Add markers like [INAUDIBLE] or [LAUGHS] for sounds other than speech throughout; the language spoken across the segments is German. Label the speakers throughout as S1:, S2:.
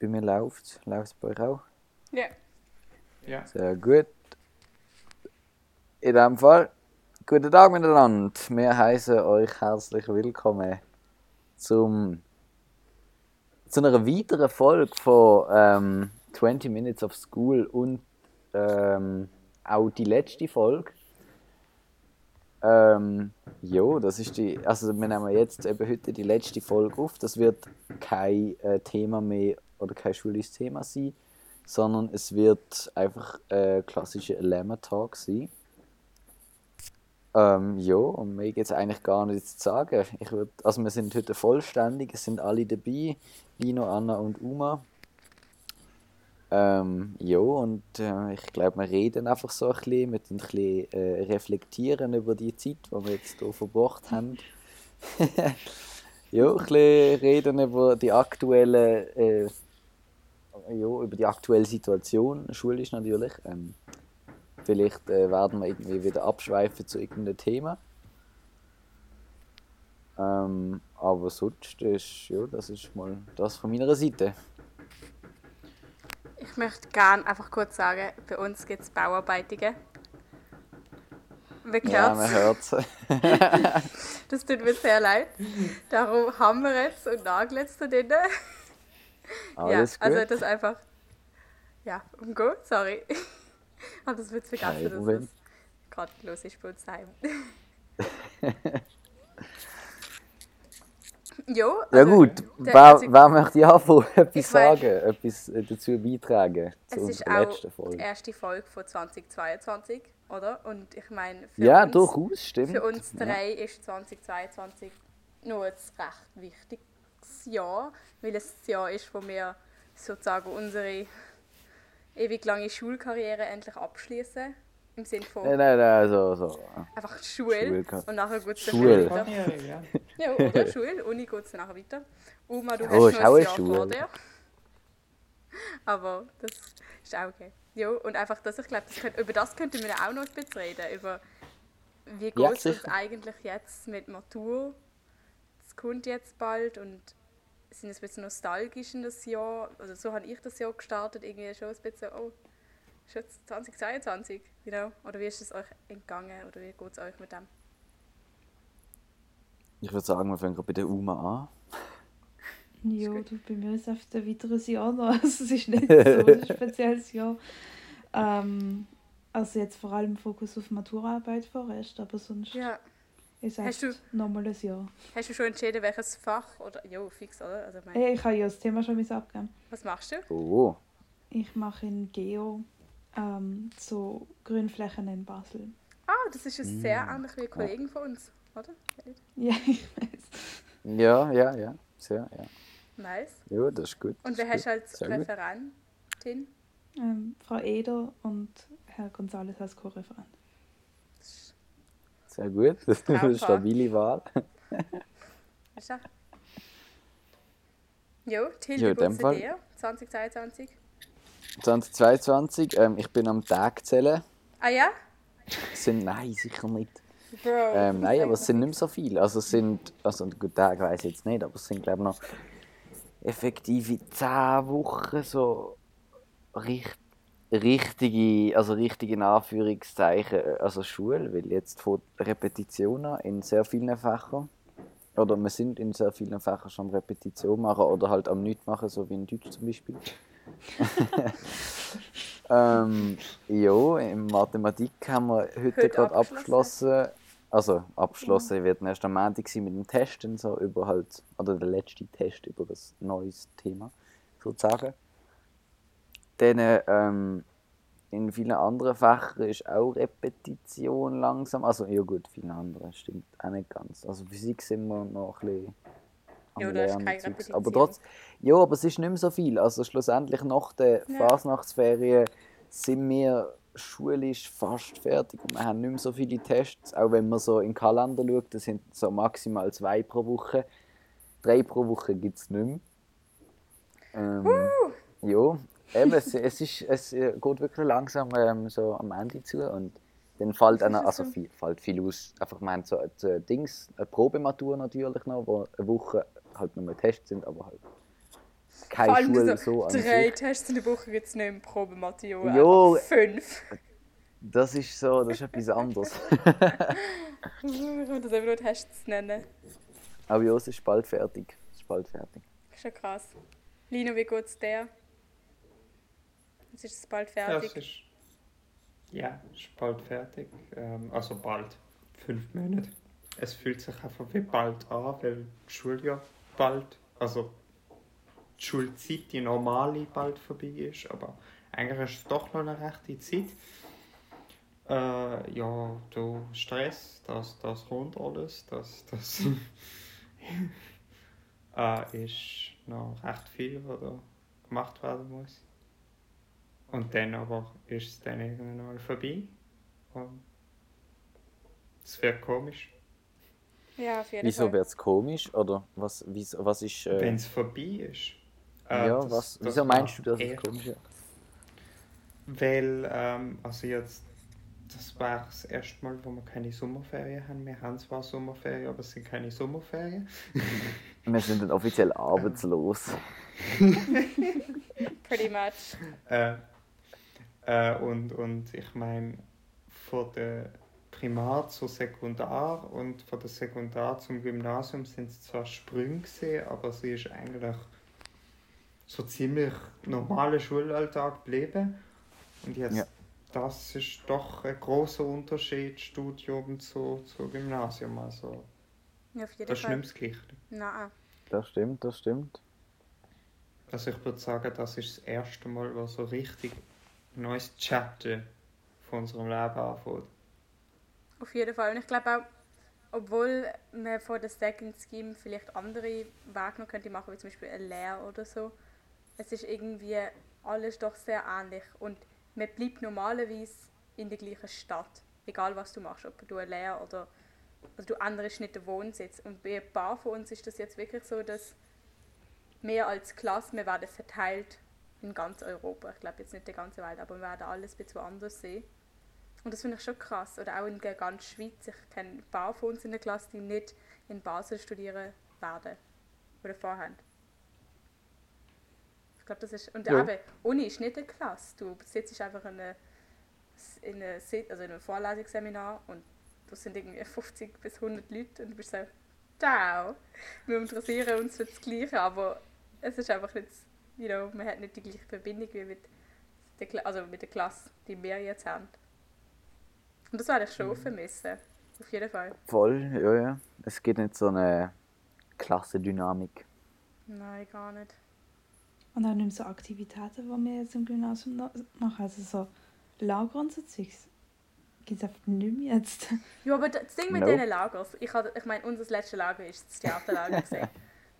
S1: Bei mir läuft's. Läuft's bei euch auch?
S2: Ja.
S3: Ja.
S1: Sehr gut. In dem Fall, guten Tag miteinander. Wir heißen euch herzlich willkommen zum, zu einer weiteren Folge von ähm, 20 Minutes of School und ähm, auch die letzte Folge. Ähm, jo, das ist die. Also, wir nehmen jetzt eben heute die letzte Folge auf. Das wird kein äh, Thema mehr oder kein schulisches Thema sein sondern es wird einfach äh, klassischer Lemma Talk sein. Ähm, ja, und mir geht es eigentlich gar nichts zu sagen. Ich würd, also wir sind heute vollständig, es sind alle dabei, Lino, Anna und Uma. Ähm, ja, und äh, ich glaube, wir reden einfach so ein bisschen, mit ein bisschen äh, reflektieren über die Zeit, die wir jetzt hier verbracht haben. ja, ein bisschen reden über die aktuellen äh, ja, über die aktuelle Situation, schulisch natürlich. Ähm, vielleicht äh, werden wir irgendwie wieder abschweifen zu irgendeinem Thema. Ähm, aber sonst, ist, ja, das ist mal das von meiner Seite.
S2: Ich möchte gerne einfach kurz sagen, bei uns gibt es Bauarbeitungen. Wirklich,
S1: Ja, man hört es.
S2: das tut mir sehr leid. Darum haben wir jetzt und nageln jetzt da drinnen.
S1: Alles
S2: ja,
S1: gut.
S2: also das einfach. Ja, um go, sorry. [LAUGHS] Habe das Witz vergessen,
S1: Kein
S2: dass
S1: Problem.
S2: das gerade los ist bei uns
S1: [LAUGHS]
S2: daheim. jo,
S1: ja
S2: also
S1: gut,
S2: der
S1: wer,
S2: einzige-
S1: wer möchte anfangen, etwas
S2: Ich mein-
S1: sagen, etwas äh, dazu beitragen zu
S2: Es ist
S1: unserer
S2: auch
S1: letzten
S2: die
S1: Folge?
S2: erste Folge von 2022, oder? Und ich meine, für,
S1: Ja,
S2: uns,
S1: durchaus, stimmt.
S2: für uns
S1: Ja.
S2: drei ist 2022 nur ein recht wichtiges Jahr, weil es das Jahr ist, wo wir sozusagen unsere ewig lange Schulkarriere endlich abschließen. Im Sinne von
S1: Nein, nein, also, nein, so, so.
S2: einfach Schule
S1: Schulkar-
S2: und nachher geht es
S1: Schule.
S2: weiter.
S3: Karriere, ja.
S1: [LAUGHS]
S2: Ja, oder? Schule, Uni geht es nachher weiter. Oma, du
S1: Ja,
S2: hast
S1: Oh, ist auch
S2: noch ein
S1: eine
S2: Jahr
S1: Schule.
S2: vor dir. [LAUGHS] Aber das ist auch okay. Ja, und einfach das, ich glaube, das könnt, über das könnten wir auch noch ein bisschen reden. Über wie geht
S1: Ja,
S2: es uns
S1: sicher.
S2: eigentlich jetzt mit Matur? Es kommt jetzt bald und sind ein bisschen nostalgisch in das Jahr. Also so habe ich das Jahr gestartet, irgendwie schon ein bisschen, oh, schon 2022, genau. Oder wie ist es euch entgangen oder wie geht es euch mit dem?
S1: Ich würde sagen, wir fangen gerade bei der Uma an.
S4: Ja, du, bei mir ist es einfach ein weiteres Jahr noch. [LAUGHS] Also es ist nicht so
S2: [LAUGHS]
S4: ein spezielles Jahr. Ähm, also jetzt vor allem Fokus auf Maturarbeit vorerst, aber sonst
S2: Ja,
S4: ist
S2: Hast
S4: es
S2: du-
S4: echt nochmal ein Jahr.
S2: Hast du schon entschieden, welches Fach? Oder, jo, fix, oder? Also, ich meine,
S4: Hey, ich habe ja das Thema schon müssen abgeben.
S2: was machst du?
S1: Oh,
S4: Ich mache in Geo ähm, so Grünflächen in Basel. [LAUGHS]
S2: Ah, das ist ja
S1: Mm.
S2: sehr ähnlich
S1: Ah.
S2: wie Kollegen von uns, oder?
S4: Ja, ich weiß.
S1: ja, ja, ja. Sehr, ja.
S2: Nice.
S1: Ja, das ist gut. das
S2: Und wer
S1: ist
S2: hast halt
S1: gut.
S2: du als
S1: Sehr gut.
S2: Referentin?
S4: Ähm, Frau Eder und Herr González als Co-Referent.
S1: Sehr gut. [LAUGHS] Das ist eine
S2: Traumhaft.
S1: stabile Wahl. [LAUGHS]
S2: Ist das? Jo, Till,
S1: Ja,
S2: wie
S1: in dem
S2: geht's
S1: Fall.
S2: dir? 2022?
S1: 2022, ähm, ich bin am Tag zählen.
S2: Ah ja?
S1: Es sind, nein, sicher nicht.
S2: Bro.
S1: Ähm, nein, aber es sind nicht mehr so viele. Also es sind, also gut, Tag weiß ich jetzt nicht, aber es sind glaube ich noch effektive 10 Wochen so richt, richtige, also richtige in Anführungszeichen, äh, also Schule, weil jetzt von Repetition an in sehr vielen Fächern. Oder wir sind in sehr vielen Fächern schon am Repetition machen oder halt am Nichts machen, so wie in Deutsch zum Beispiel. ähm, ja, in Mathematik haben wir heute,
S2: Heute
S1: gerade
S2: abgeschlossen.
S1: abgeschlossen. Also abgeschlossen wird erst am Montag sein mit dem Testen, so über halt, oder der letzte Test über das neues Thema sozusagen. Dann ähm, in vielen anderen Fächern ist auch Repetition langsam. Also, ja gut, viele andere stimmt auch nicht ganz. Also Physik sind wir noch ein bisschen am
S2: Ja, da ist
S1: Lernen
S2: keine
S1: Zeugs.
S2: Repetition.
S1: aber trotz, Ja, aber es ist nicht mehr so viel. Also schlussendlich nach der
S2: Ja.
S1: Fasnachtsferien sind wir schulisch fast fertig und wir haben nicht mehr so viele Tests. Auch wenn man so in den Kalender schaut, das sind so maximal zwei pro Woche. Drei pro Woche gibt es nicht mehr. Ähm, ja, eben, es, es, ist, es äh, geht wirklich langsam ähm, so am Ende zu und dann fällt einer, also viel, fällt viel aus. Einfach, wir haben so ein äh, Dings, eine Probematur natürlich noch, wo eine Woche halt nur Tests sind, aber halt keine
S2: Vor allem
S1: Schule
S2: du
S1: so an
S2: drei
S1: sich.
S2: Tests in der Woche gibt es nicht im Probematerial.
S1: Jo.
S2: einfach Fünf. [LAUGHS]
S1: Das ist so, das ist etwas anderes.
S2: Ich kann das einfach nur Tests nennen.
S1: Aber ja, es ist bald fertig. Es ist bald fertig.
S2: Ist ja krass. Lino, wie geht's dir? Jetzt ist es bald
S3: Ja, es
S2: fertig.
S3: ist, ja, ist bald fertig. Ähm, also bald. Fünf Monate. Es fühlt sich einfach wie bald an, weil das Schuljahr bald, also die Schulzeit, die normale, bald vorbei ist. Aber eigentlich ist es doch noch eine rechte Zeit. Äh, ja, du Stress, das, das rund alles, das, das [LAUGHS] äh, ist noch recht viel, was da gemacht werden muss. Und dann aber ist es dann irgendwann mal vorbei. Und es wäre komisch.
S2: Ja, auf jeden
S1: Wieso
S2: Fall.
S1: wäre es komisch? Oder was, wieso, was ist. Äh,
S3: Wenn es vorbei ist. Äh,
S1: ja,
S3: das-
S1: was,
S3: das
S1: wieso meinst du, dass
S3: macht
S1: es
S3: eher-
S1: komisch ist?
S3: Weil, ähm, also jetzt, das war das erste Mal, wo wir keine Sommerferien haben. Wir haben zwar Sommerferien, aber es sind keine Sommerferien.
S1: Wir sind dann offiziell arbeitslos.
S2: Pretty much.
S3: Äh, äh, und, und ich meine, von der Primar zur Sekundar und von der Sekundar zum Gymnasium sind es zwar Sprünge gewesen, aber sie ist eigentlich so ziemlich normaler Schulalltag geblieben. Und jetzt,
S1: Ja.
S3: das ist doch ein großer Unterschied, Studium zu, zu Gymnasium. Also,
S2: Ja, auf jeden
S3: das ist nicht
S2: Fall.
S3: mehr das Gleiche.
S2: Nein.
S1: Das stimmt, das stimmt.
S3: Also ich würde sagen, das ist das erste Mal, wo so richtig ein neues Chapter von unserem Leben anfängt.
S2: Auf jeden Fall. Und ich glaube auch, obwohl man von der Second Scheme vielleicht andere Wege noch könnte machen, wie zum Beispiel eine Lehre oder so, es ist irgendwie alles doch sehr ähnlich. Und man bleibt normalerweise in der gleichen Stadt. Egal was du machst, ob du eine Lehre oder also du änderst nicht den Wohnsitz. Und bei ein paar von uns ist das jetzt wirklich so, dass wir als Klasse, wir werden verteilt in ganz Europa. Ich glaube jetzt nicht in der ganzen Welt, aber wir werden alles ein bisschen anders sehen. Und das finde ich schon krass. Oder auch in der ganzen Schweiz. Ich kenne ein paar von uns in der Klasse, die nicht in Basel studieren werden. Oder vorhaben. Ich glaube, das ist. Und
S1: Ja.
S2: eben, Uni ist nicht eine Klasse. Du sitzt einfach in einem, in einer Sit- also in einem Vorlesungsseminar und das sind irgendwie [LAUGHS] 50 bis 100 Leute und du bist so, ciao. Wir interessieren uns für das Gleiche, aber es ist einfach nicht, you know, man hat nicht die gleiche Verbindung wie mit der, Kla also mit der Klasse, die wir jetzt haben. Und das werde ich schon vermissen. Auf jeden Fall.
S1: Voll, ja, ja. Es gibt nicht so eine Klassendynamik.
S2: Nein, gar nicht.
S4: Und auch nicht mehr so Aktivitäten, die wir jetzt im Gymnasium noch machen. Also so Lager und so Zeugs. Gibt es einfach nicht mehr jetzt.
S2: Ja, aber das Ding mit
S1: Nope.
S2: diesen Lagern, ich, hab- ich meine, unser letztes Lager war das Theaterlager. gewesen.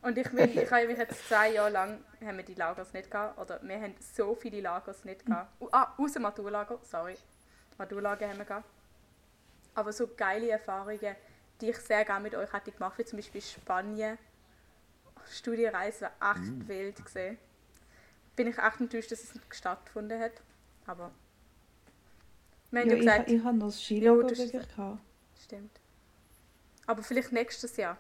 S2: Und ich, bin, ich habe mich jetzt zwei Jahre lang haben wir die Lagers nicht gehabt. Oder wir haben so viele Lagers nicht gehabt. Uh, ah, außer Maturlager, sorry. Maturlager haben wir gehabt. Aber so geile Erfahrungen, die ich sehr gerne mit euch hätte gemacht, wie zum Beispiel Spanien. Studiereise war echt wild gesehen. Bin ich echt enttäuscht, dass es nicht stattgefunden hat. Aber. Wir haben
S4: Ja,
S2: ja gesagt,
S4: ich, ich habe noch das
S2: Ja,
S4: Skilager
S2: das ist-
S4: wirklich gehabt.
S2: Stimmt. Aber vielleicht nächstes Jahr.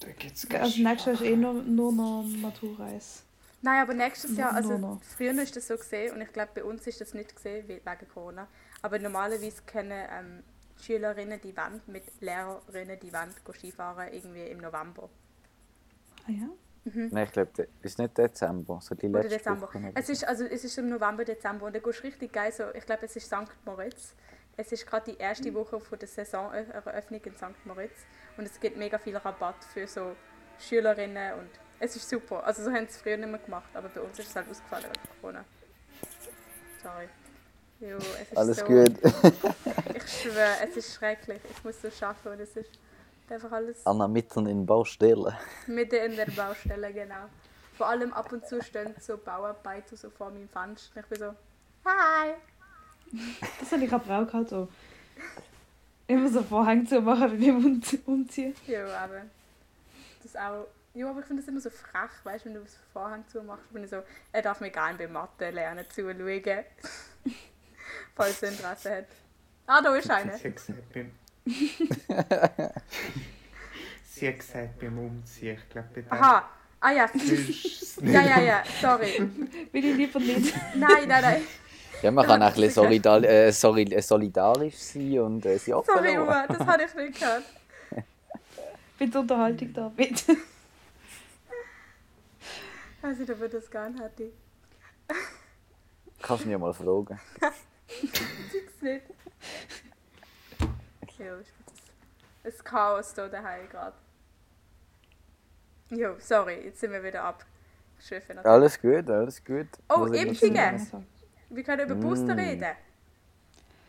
S3: Da gibt's
S4: Also nächstes Jahr ist eh nur, nur noch Matura-Eis.
S2: Nein, aber nächstes Jahr, also
S4: No, no.
S2: früher ist das so gesehen und ich glaube, bei uns ist das nicht gesehen we- wegen Corona. Aber normalerweise können ähm, Schülerinnen die Wand mit Lehrerinnen die Wand go Skifahren irgendwie im November
S4: Ah ja?
S1: Nein, ich glaube, es ist nicht Dezember, so die
S2: Mhm. oder
S1: letzte
S2: Dezember.
S1: Woche.
S2: Es ist also es ist im November Dezember und dann gehst du richtig geil so. Ich glaube, es ist St. Moritz. Es ist gerade die erste Woche von der Saisoneröffnung in St. Moritz und es gibt mega viel Rabatt für so Schülerinnen und es ist super. Also so haben sie es früher nicht mehr gemacht, aber bei uns ist es halt ausgefallen wegen Corona. Sorry. Jo, es ist
S1: Alles
S2: so,
S1: gut. [LAUGHS]
S2: Ich schwöre, es ist schrecklich. Ich muss so schaffen und es ist einfach alles
S1: Anna mitten in Baustelle.
S2: Mitten in der Baustelle, genau. Vor allem ab und zu stehen so Bauarbeiter so vor meinem Fenster. Ich bin so, hi!
S4: Das habe ich aber auch gehabt. Auch. Immer so Vorhang zu machen, wenn wir um, umziehen.
S2: Ja, aber das auch. Ja, aber ich finde das immer so frech, weißt du, wenn du das Vorhang zumachst, bin ich so, er darf mir gerne bei Mathe lernen zuschauen. [LAUGHS] Falls er Interesse hat. Ah, da ist einer.
S3: Sie hat gesagt, beim
S1: [LAUGHS]
S3: Sie hat gesagt, beim Umziehen. Ich glaube, bei dem
S2: Aha, Ah ja,
S3: Willst du's
S2: ja,
S3: nicht?
S2: ja, ja, sorry.
S4: Will ich lieber [LAUGHS] nicht.
S2: Nein, nein, nein.
S1: Ja, man kann auch ein bisschen
S2: Sicher.
S1: solidal, äh, soli- äh, solidarisch sein und äh, sie
S2: Sorry,
S1: abholen.
S2: Uwe, das habe ich nicht gehört.
S4: Mit der Unterhaltung da, bitte.
S2: Ich weiß nicht, ob ich das gerne hätte.
S1: Kannst du mir mal fragen.
S2: Fix nicht. Okay, ist das ein Chaos hier daheim gerade. Jo, sorry, jetzt sind wir wieder ab.
S1: Alles gut, alles gut.
S2: Oh,
S1: Was ich noch
S2: Impfungen.
S1: sagen
S2: Wir können über Booster
S1: Mm.
S2: reden.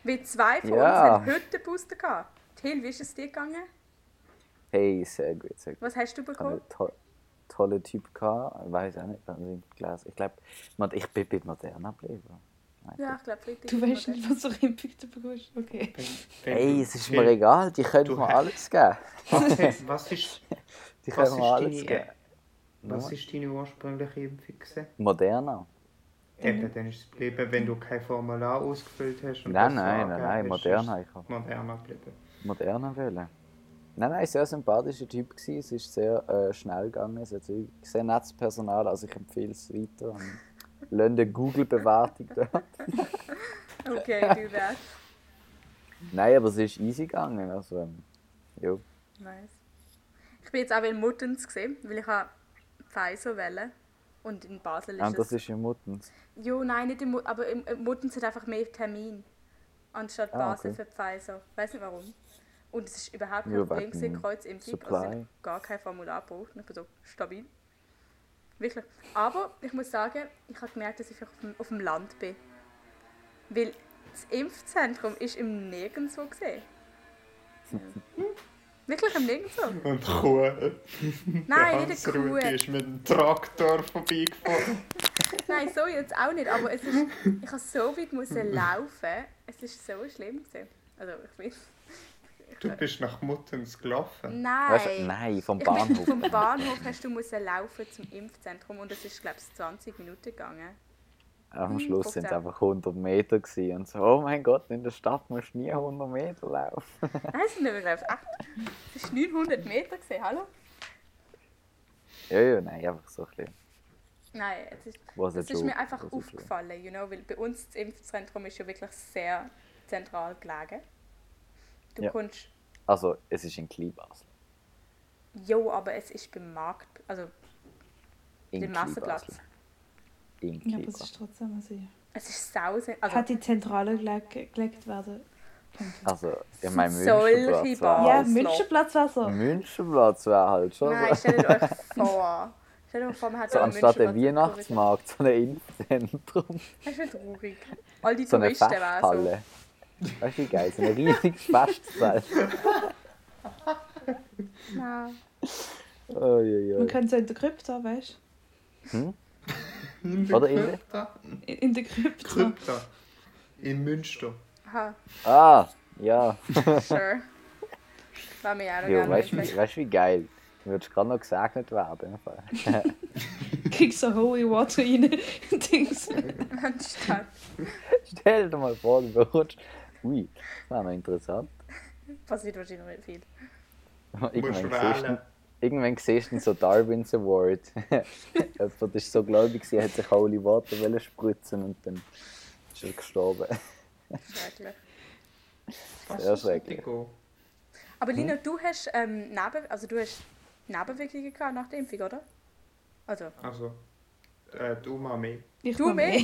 S2: Wie zwei von
S1: Ja.
S2: uns haben heute den Booster gehabt. Till, wie ist es dir gegangen?
S1: wollte? Hey, sehr gut, sehr gut.
S2: Was hast du
S1: Ich hatte
S2: bekommen?
S1: einen to tollen Typ. Gehabt. Ich weiß auch nicht, was ich gelesen Ich glaube, ich bin bei Moderna geblieben.
S2: Ja, ich glaube, Freitag.
S4: Du
S2: ist
S4: weißt
S2: noch
S4: nicht, was du Impfung bekommst. Okay.
S3: Wenn, wenn
S1: Hey,
S3: du-
S1: es ist
S3: Till,
S1: mir egal, die können
S3: du
S1: mir
S3: hast-
S1: alles geben.
S3: Was,
S1: [LAUGHS]
S3: was ist,
S1: Die
S3: was
S1: können
S3: ist,
S1: mir alles
S3: deine,
S1: geben.
S3: äh, was ist deine ursprüngliche Impfung? gewesen?
S1: Moderna? Mhm.
S3: Eben, dann ist es geblieben, wenn du kein Formular ausgefüllt hast. und
S1: Nein, nein,
S3: das
S1: nein,
S3: angegeben
S1: nein,
S3: hast,
S1: Moderna.
S3: ist
S1: Ich habe
S3: es Moderna geblieben.
S1: Moderna wählen. Nein, nein, sehr sympathischer Typ gewesen. Es ist sehr äh, schnell gegangen, sehr, zügig. sehr nettes Personal, also ich empfehle es weiter. Und Lassen eine Google-Bewertung da.
S3: [LAUGHS]
S2: nicht. Okay, du wärst.
S1: Nein, aber es ist easy gegangen. Also, ähm, ja.
S2: Nice. Ich bin jetzt auch in Muttens gesehen, weil ich habe Pfizer wählen. Und in Basel ist
S1: Und Ah, das
S2: es.
S1: ist in Muttens.
S2: Jo, nein, nicht in Mut, aber in, in Muttens hat einfach mehr Termin. Anstatt
S1: Ah,
S2: Basel
S1: okay.
S2: für Pfizer. Weiß nicht warum. Und es ist überhaupt kein
S1: Ja,
S2: Problem
S1: wegen
S2: gewesen, Kreuzimpfung. Also ich
S1: Supply.
S2: hab gar kein Formular gebraucht. Und Ich bin so stabil. Wirklich. Aber ich muss sagen, ich habe gemerkt, dass ich auf dem, auf dem Land bin. Weil das Impfzentrum ist im
S1: [LAUGHS]
S2: Nirgendwo gesehen. Wirklich im Nirgendwo.
S3: Und Kuh.
S2: Nein, nicht eine Kuh.
S3: ist mit dem Traktor vorbeigefahren.
S2: Nein, so jetzt auch nicht. Aber es ist, ich habe so weit müssen laufen. Es ist so schlimm gewesen. Also ich bin.
S3: Du bist nach Muttens gelaufen.
S2: Nein.
S1: Weißt du, nein, vom
S2: Ich meine,
S1: Bahnhof.
S2: vom Bahnhof hast du müssen laufen zum Impfzentrum und es ist glaube ich 20 Minuten gegangen.
S1: [LAUGHS] Am Schluss sind es
S2: Trotzdem.
S1: einfach 100 Meter gewesen. Und so, oh mein Gott, in der Stadt musst du nie 100 Meter laufen. [LAUGHS]
S2: Nein, es sind nicht mehr echt. Es ist 900 Meter gesehen. Hallo?
S1: Ja, ja, nein, einfach so ein bisschen.
S2: Nein, es ist,
S1: Was
S2: das
S1: ein
S2: ist
S1: Joke,
S2: mir einfach
S1: was ein Joke.
S2: aufgefallen, you know, weil bei uns das Impfzentrum ist ja wirklich sehr zentral gelegen. Du
S1: Ja.
S2: kommst
S1: Also, es ist in Kleinbasel.
S2: Jo, aber es ist beim Markt, also
S1: In
S2: Dem
S1: Kleinbasel.
S2: Massenplatz.
S1: In
S4: Ja, aber es
S1: Kleinbasel.
S4: ist trotzdem ein See.
S2: es ist sau, also
S4: Hat die Zentrale geleg- gelegt werden.
S1: Also, ich meine,
S2: Solche
S1: Münchenplatz
S2: Bahn.
S1: war
S4: ja,
S1: halt...
S2: Oslo.
S4: Münsterplatz war so.
S1: Mhm. Münchenplatz wäre halt schon so.
S2: Nein, stellt
S1: [LAUGHS]
S2: euch vor. Stellt euch vor, man hat so
S1: So,
S2: einen
S1: anstatt
S2: Menschenplatz
S1: dem
S2: im
S1: Weihnachtsmarkt, so ein Impfzentrum,
S2: Korridor. Das ist ja traurig. All die
S1: so eine
S2: Touristen wären so.
S1: Festhalle. Weißt du, wie geil, so ein
S2: [LAUGHS]
S1: riesiges Festsaal.
S2: Nein.
S4: Man
S1: Uiuiui.
S4: könnte so in der Krypta, weißt
S1: Oder in
S3: Krypta?
S4: du? In- In der Krypta.
S3: Krypta. In Münster.
S2: Aha,
S1: Ah, ja.
S2: sure. War mir ja auch noch
S1: Jo,
S2: gerne
S1: weißt du,
S2: nicht.
S1: wie- weißt du, wie geil? Du würdest gerade noch gesegnet werden. im Fall.
S4: [LAUGHS]
S1: [LAUGHS]
S4: Kriegst so Holy Water rein. [LAUGHS] Dings.
S2: [LAUGHS] Anstatt.
S1: Stell dir mal vor, du würdest. Ui, das wäre noch interessant.
S2: Passiert wahrscheinlich nicht viel.
S1: Irgendwann
S3: Musst
S1: siehst,
S3: wählen.
S1: du, irgendwann siehst du so Darwin's Award. [LAUGHS] Jemand war so gläubig, er hat sich holy Water wollen spritzen und dann ist er gestorben.
S2: Schrecklich.
S3: Was
S1: Sehr
S3: ist mit
S1: schrecklich.
S3: dir?
S2: Aber Lina,
S1: Hm?
S2: du hast ähm, Neben also du hast Nebenwirkungen gehabt nach der Impfung, oder? Also,
S3: Also, äh, du Mami.
S4: Ich
S2: Du
S4: noch
S2: mehr?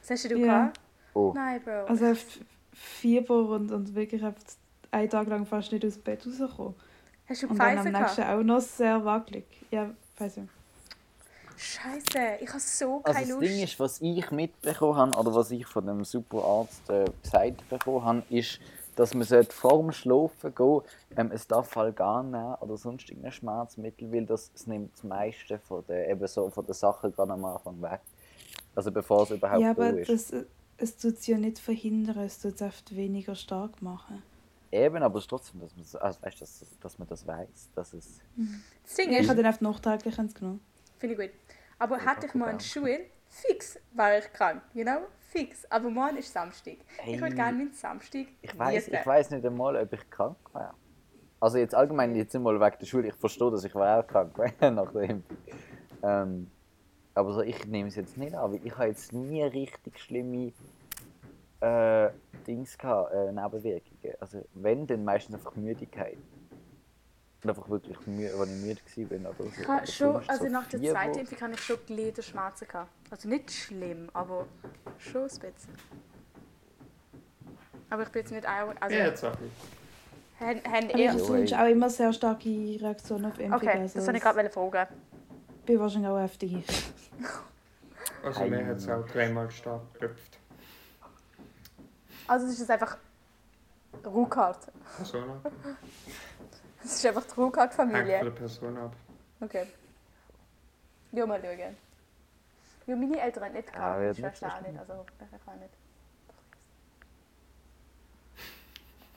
S2: was hast du
S4: Ja.
S2: gehabt?
S1: Oh.
S2: Nein, Bro.
S4: Also oft Fieber und, und wirklich oft einen Tag lang fast nicht aus dem Bett rausgekommen.
S2: hast du
S4: Und dann am
S2: Pfizer
S4: nächsten
S2: gehabt?
S4: auch noch sehr wackelig. Ja, weiß nicht.
S2: Scheiße, ich habe so
S1: Also
S2: keine
S1: das
S2: Lust.
S1: Ding ist, was ich mitbekommen habe oder was ich von dem Superarzt äh, gesagt bekommen habe, ist, dass man sollte vor dem Schlafen gehen ähm, ein Dafalgan nehmen oder sonst irgendein Schmerzmittel, weil das, das nimmt das meiste von der, eben so, von der Sachen gerade am Anfang weg. Also bevor es überhaupt
S4: Ja,
S1: da
S4: aber
S1: ist.
S4: das, es tut es ja nicht verhindern, es tut es oft weniger stark machen.
S1: Eben, aber es ist trotzdem, dass man, so- also, weißt, dass, dass man das weiß, dass es...
S2: Das Ding
S4: Ich
S2: ist,
S4: habe dann oft nachträglich eins genommen.
S2: finde ich gut. Aber hätte ich mal einen
S1: danke.
S2: Schul, fix war ich krank, you know? Fix. Aber morgen ist Samstag. Ich
S1: Hey.
S2: würde gerne meinen Samstag
S1: Ich weiß,
S2: genießen.
S1: ich weiß nicht einmal, ob ich krank war. [LAUGHS] Also jetzt allgemein, jetzt nicht mal wegen der Schule, ich verstehe das, ich war auch krank nach der Impfung. Ähm, aber so, ich nehme es jetzt nicht an, weil ich habe jetzt nie richtig schlimme äh, Dings gehabt, äh, Nebenwirkungen. Also wenn, dann meistens einfach Müdigkeit. Und einfach wirklich müde, wenn ich müde war. Bin, aber so.
S2: Ich habe
S1: Aber
S2: schon,
S1: sonst
S2: also
S1: so
S2: nach der
S1: Fieber-
S2: zweiten Impfung habe ich schon Gliederschmerzen gehabt. Also nicht schlimm, aber schon ein bisschen. Aber ich bin jetzt nicht auch. Also,
S3: Ja, jetzt auch nicht.
S2: haben, haben
S4: Ich
S2: ihr,
S4: habe sonst auch immer sehr starke Reaktionen auf Impfungen.
S2: okay,
S4: also
S2: das wollte ich gerade fragen.
S4: ich bin wahrscheinlich auch heftig.
S3: Also mir hat es auch dreimal stark geköpft.
S2: Also es ist einfach Ruhkart.
S3: Person
S2: [LAUGHS]
S3: ab.
S2: Es ist einfach die
S3: Hängt von
S2: Ruhkart-Familie.
S3: der Person ab.
S2: Okay. Ja, mal schauen. Ja, meine Eltern haben nicht gehabt,
S1: wir hatten Ah,
S2: meine
S1: nicht
S2: Schwester auch
S1: so
S2: nicht, also ich auch nicht.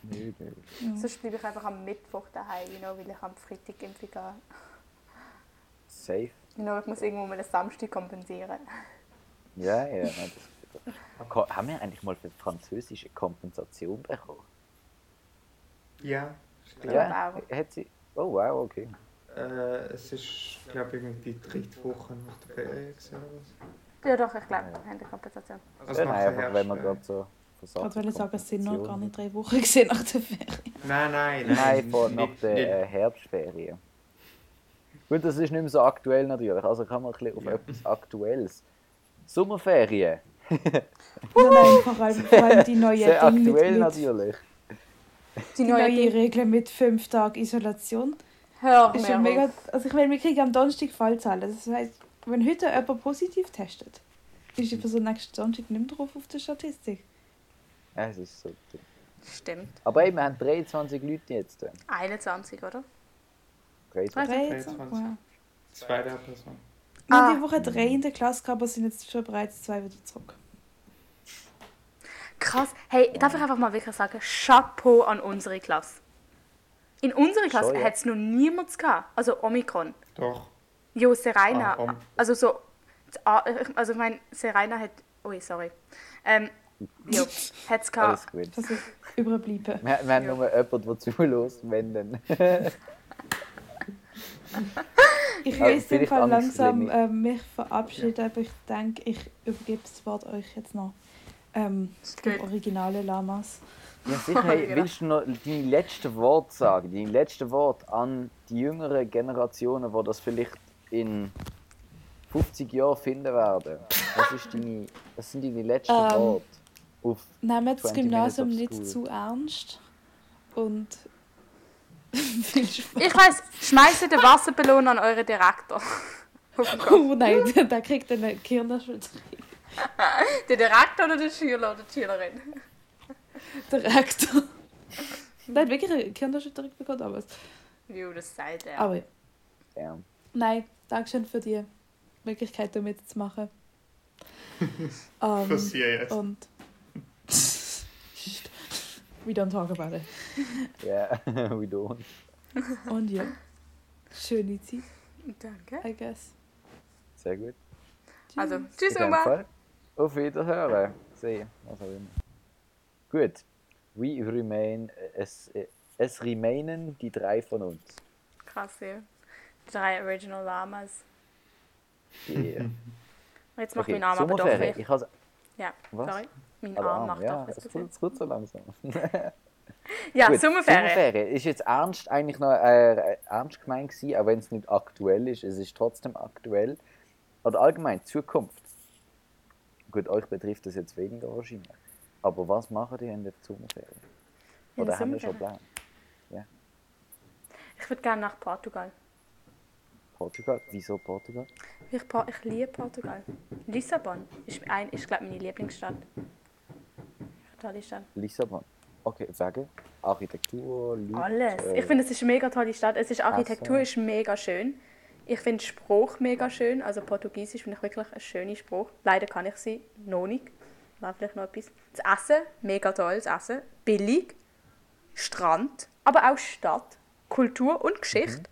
S1: Nö, nö.
S4: Mhm.
S2: Sonst bleibe ich einfach am Mittwoch daheim, you know, weil ich am Freitag Impfung habe.
S1: Safe.
S2: You know, ich muss irgendwo mal einen Samstag kompensieren.
S1: Ja, ja. nein, das [LAUGHS] Ko- Haben wir eigentlich mal für französische Kompensation bekommen?
S3: Ja, ich glaube,
S1: Ja,
S2: wow.
S1: hat sie. Oh wow, okay.
S3: äh, es ist, glaube ich, irgendwie die dritte Woche nach der Ferien gewesen oder so.
S2: Ja doch, ich glaube, wir haben die Kompensation.
S3: Also
S1: ja, nein,
S3: nachher
S1: einfach, wenn man
S3: herstellen.
S1: gerade so
S4: Also, Ich
S1: versagt.
S4: wollte sagen, es sind noch gar nicht drei Wochen [LAUGHS] gesehen nach der Ferien.
S3: Nein, nein, nein.
S1: Nein, vor,
S3: nicht-
S1: nach der äh, Herbstferien. Gut, das ist nicht mehr so aktuell natürlich. Also kann man ein bisschen auf
S3: Ja.
S1: etwas Aktuelles. Sommerferien.
S4: Nein, nein, vor allem, vor allem die neuen
S1: Sehr
S4: Dinge mit,
S1: aktuell
S4: mit,
S1: natürlich.
S2: Die
S4: die neue Regel mit fünf Tagen Isolation.
S2: Hör
S4: Ist
S2: mir
S4: schon mega,
S2: auf.
S4: also ich meine, wir kriegen am Donnerstag Fallzahlen. Das heißt, wenn heute jemand positiv testet, ist die Person nächsten Donnerstag nicht mehr drauf auf der Statistik.
S1: Ja, es ist so. dumm.
S2: Stimmt.
S1: Aber eben, wir haben 23 Leute jetzt. äh,
S2: 21, oder?
S1: 23.
S4: Drei,
S3: 23.
S4: wow.
S3: Zweite Person.
S4: Wir
S2: Ah.
S4: haben die Woche drei in der Klasse gehabt, aber sind jetzt schon bereits zwei wieder zurück.
S2: Krass. Hey, darf ich einfach mal wirklich sagen, Chapeau an unsere Klasse. In unserer Klasse
S1: Schon, ja.
S2: hat es noch niemand gehabt. Also Omikron.
S3: Doch.
S2: Jo, Serena.
S3: Ah, komm.
S1: um.
S2: also so. das A- [LAUGHS] Also ich meine, Serena hat. Ui, sorry. Ähm, jo, hat es
S4: Ah,
S1: Alles
S2: gehabt.
S1: gut.
S4: Das ist überbleiben.
S1: Wir, wir haben
S2: Ja.
S1: nur jemanden, der zulässt, wenn dann. [LAUGHS]
S4: Ich
S1: Ja,
S4: weiß im
S1: Äh, vielleicht
S4: Fall
S1: anders
S4: langsam
S1: Leni.
S4: äh, mich verabschieden, aber ich denke, ich übergebe das Wort euch jetzt noch. Ähm,
S2: Gut.
S4: dem originalen Lamas.
S2: [LAUGHS]
S1: Ja, sicher. Hey, willst du noch deine letzten Worte sagen? Deine letzten Worte an die jüngeren Generationen, die das vielleicht in 50 Jahren finden werden? Was, ist deine, was sind deine letzten
S4: Ähm.
S1: Worte? Auf
S4: Nehmt das
S1: 20
S4: Gymnasium
S1: Minutes of
S4: nicht
S1: School.
S4: zu ernst und [LAUGHS] viel Spaß.
S2: Ich weiß, schmeißt den Wasserballon an euren Direktor.
S4: Oh nein, [LAUGHS] da kriegt eine [LAUGHS] Kinderschutz
S2: [LAUGHS] Den Direktor oder den Schüler oder die Schülerin?
S4: direkt. Der hat wirklich eine Kinderschutz direkt bekommen, aber,
S2: Jo, das sagt er.
S1: Ah.
S4: aber ja.
S1: ja.
S4: Nein, Dankeschön für die Möglichkeit, da mitzumachen. [LAUGHS] Ähm,
S3: Für sie jetzt.
S4: Und. [LAUGHS] We don't talk about it.
S1: Yeah, [LAUGHS] we don't.
S4: Und ja. Schöne Zeit,
S2: Danke.
S4: I guess.
S1: Sehr gut.
S2: Also, tschüss,
S1: In dem
S2: Oma.
S1: Fall, Auf Wiederhören. Sehen. Was auch immer. Gut. We remain. Es, es remainen die drei von uns.
S2: Krass, ja. Drei Original Lamas. [LAUGHS]
S1: Yeah.
S2: Und Jetzt macht mein Arm aber doch
S1: Sommerferien.
S2: weh.
S1: Ich has-
S2: Ja,
S1: Was?
S2: sorry. Mein
S1: aber
S2: Arm
S1: Arm,
S2: macht
S1: ja,
S2: doch
S1: es
S2: ein bisschen.
S1: tut, es tut so langsam.
S2: Ja,
S1: Gut,
S2: Sommerferien.
S1: Ist jetzt ernst eigentlich noch äh, ernst gemeint gewesen, auch wenn es nicht aktuell ist. Es ist trotzdem aktuell. Oder allgemein, Zukunft. Gut, euch betrifft das jetzt weniger wahrscheinlich. Aber was machen die in der Sommerferien?
S2: In
S1: Oder
S2: der
S1: haben wir schon
S2: Sommerferien.
S1: Pläne?
S2: Ich würde gerne nach Portugal.
S1: Portugal? Wieso Portugal?
S2: Ich, pa ich liebe Portugal. Lissabon ist, ein, ist glaube meine Lieblingsstadt. Tolle Stadt.
S1: Lissabon. Okay, wegen Architektur, Leute,
S2: Alles.
S1: äh,
S2: Ich finde, es ist eine mega tolle Stadt. Es ist, Architektur
S1: Essen.
S2: ist mega schön. Ich finde Spruch mega schön. Also Portugiesisch finde ich wirklich ein schöner Spruch. Leider kann ich sie noch nicht. War vielleicht noch etwas. Das Essen, mega toll, das Essen. Billig. Strand, aber auch Stadt. Kultur und Geschichte.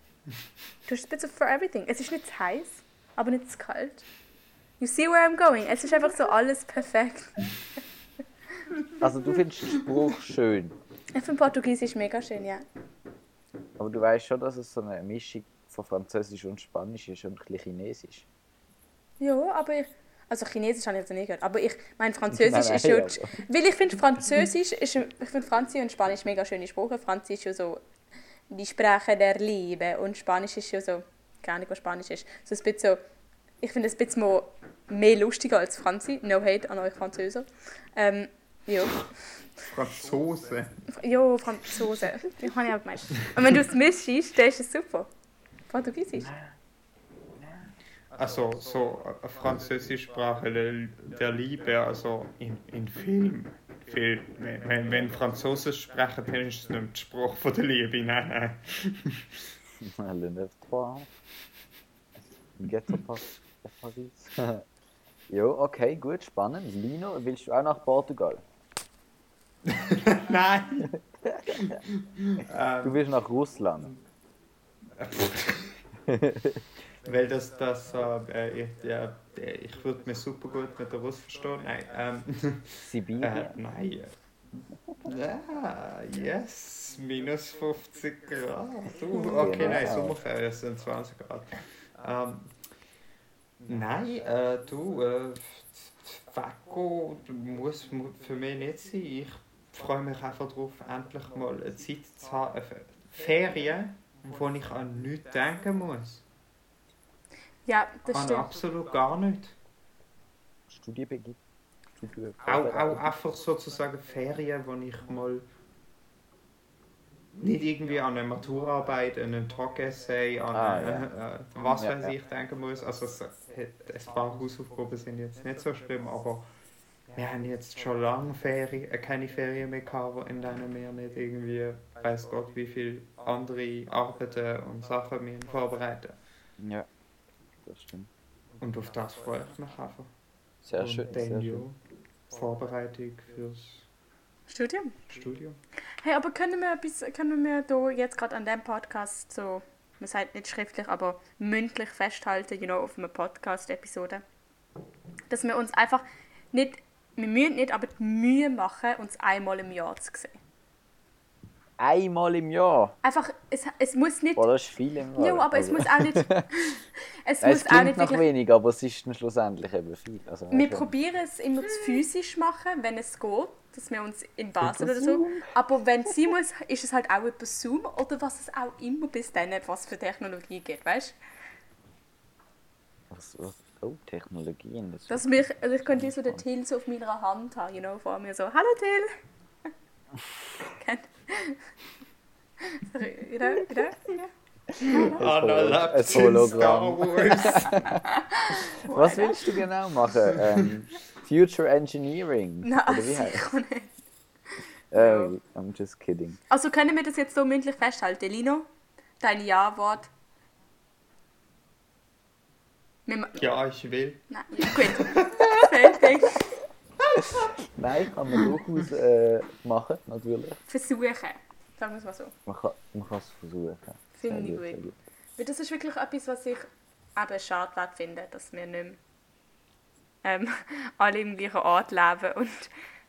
S2: Du hast ein bisschen for everything. Es ist nicht zu heiß, aber nicht zu kalt. You see where I'm going. Es ist einfach so alles perfekt.
S1: Also du findest den Spruch schön.
S2: Ich finde Portugiesisch mega schön, ja.
S1: Aber du weißt schon, dass es so eine Mischung von Französisch und Spanisch ist und ein bisschen Chinesisch.
S2: Ja, aber ich. Also Chinesisch habe ich jetzt noch nie gehört. Aber ich meine, Französisch ist ja.
S1: also.
S2: Weil ich finde Französisch ist. Ich finde Franzi und Spanisch mega schöne Sprache. Franzi ist ja so die Sprache der Liebe. Und Spanisch ist ja so. Keine Ahnung, was Spanisch ist. So ein bisschen so. Ich finde es ein bisschen mo- mehr lustiger als Franzi. No hate an euch Französer. Ähm, ja.
S3: Franzose.
S2: Ja, Franzose. Den habe [LAUGHS] ich auch gemeint. Und wenn du es mischst, dann ist es super. Portugiesisch.
S3: Also so äh, französische Sprache der, der Liebe, also in, in Film. Film. Wenn, wenn, wenn Franzosen sprechen, dann ist es nicht die Sprache von der Liebe. Nein, nein.
S1: Le 9-3. Ghetto Pass de
S3: [LAUGHS]
S1: Paris. jo, okay, gut, spannend. Lino, willst du auch nach Portugal?
S3: nein. [LAUGHS] Ähm,
S1: Du willst nach Russland.
S3: Weil das, das äh, ich, ja, ich würde mich super gut mit der Russen verstehen. Nein, ähm, äh,
S1: Sibirien.
S3: nein. Ja, yes, minus 50 Grad. Uh, okay, nein,
S1: Genau.
S3: Sommerferien sind 20 Grad. Ähm, nein, äh, du, äh, Fakko muss mu- für mich nicht sein. Ich freue mich einfach darauf, endlich mal eine Zeit zu haben, eine Fe- Ferien, wo ich an nichts denken muss.
S2: Ja, das
S3: An
S2: stimmt.
S3: absolut gar nicht.
S1: Studienbeginn. Studie-
S3: Auch, auch einfach sozusagen Ferien, wo ich mal nicht irgendwie an eine Maturarbeit, an einen Talk-Essay, an
S1: Ah,
S3: äh, äh, was
S1: Ja,
S3: weiß
S1: ja.
S3: ich denken muss. Also es, es paar Hausaufgaben sind jetzt nicht so schlimm, aber wir haben jetzt schon lange Ferien, äh, keine Ferien mehr gehabt, wo- in denen wir nicht irgendwie, weiß Gott, wie viel andere Arbeiten und Sachen wir vorbereiten.
S1: Ja, das stimmt.
S3: Und auf das freue ich mich einfach.
S1: Sehr
S3: und
S1: schön.
S3: dann
S1: Sehr
S3: ja,
S1: schön.
S3: Vorbereitung fürs
S2: Studium.
S3: Studium.
S2: Hey, aber können wir, bis, können wir da jetzt gerade an dem Podcast so, man sagt nicht schriftlich, aber mündlich festhalten, you know, auf einer Podcast-Episode, dass wir uns einfach nicht, wir müssen nicht, aber die Mühe machen, uns einmal im Jahr zu sehen.
S1: Einmal im Jahr.
S2: Einfach, es, es muss nicht,
S1: Boah, das ist viel im Jahr.
S2: ja, aber es
S1: Also,
S2: muss auch nicht, [LAUGHS]
S1: Es
S2: es muss auch
S1: klingt
S2: nicht
S1: nach
S2: wirklich
S1: wenig, aber es ist dann schlussendlich eben viel. Also,
S2: Wir
S1: ja, schon.
S2: probieren es immer zu physisch machen, wenn es geht, dass wir uns in Basel oder so. Aber wenn es sein muss, ist es halt auch über Zoom oder was es auch immer bis dann was für Technologie geht, weißt?
S1: Was, was? Oh, Technologien. Das
S2: Dass mich, also ich könnte so den Till so auf meiner Hand haben, you know, vor mir so, hallo Till. [LAUGHS] Kennt- Sorry, you know, you know, you know.
S1: Analepsis Hologramm. [LAUGHS] Was willst du genau
S2: [LAUGHS]
S1: machen? Ähm, Future Engineering?
S2: Nein,
S1: Oder wie heißt
S2: sicher also nicht.
S1: Oh, I'm just kidding.
S2: Also können wir das jetzt so mündlich festhalten, Lino? Dein Ja-Wort. Wir ma-
S3: Ja, ich will.
S2: Nein, gut. [LAUGHS] Fertig.
S1: Nein, kann man durchaus äh, machen, natürlich.
S2: Versuchen. Sagen wir es mal so.
S1: Man kann, man kann es versuchen.
S2: Finde
S1: Sehr
S2: ich
S1: sehr
S2: gut. Weil das ist wirklich etwas, was ich eben schade wert finde, dass wir nicht mehr ähm, [LAUGHS] alle im gleichen Ort leben und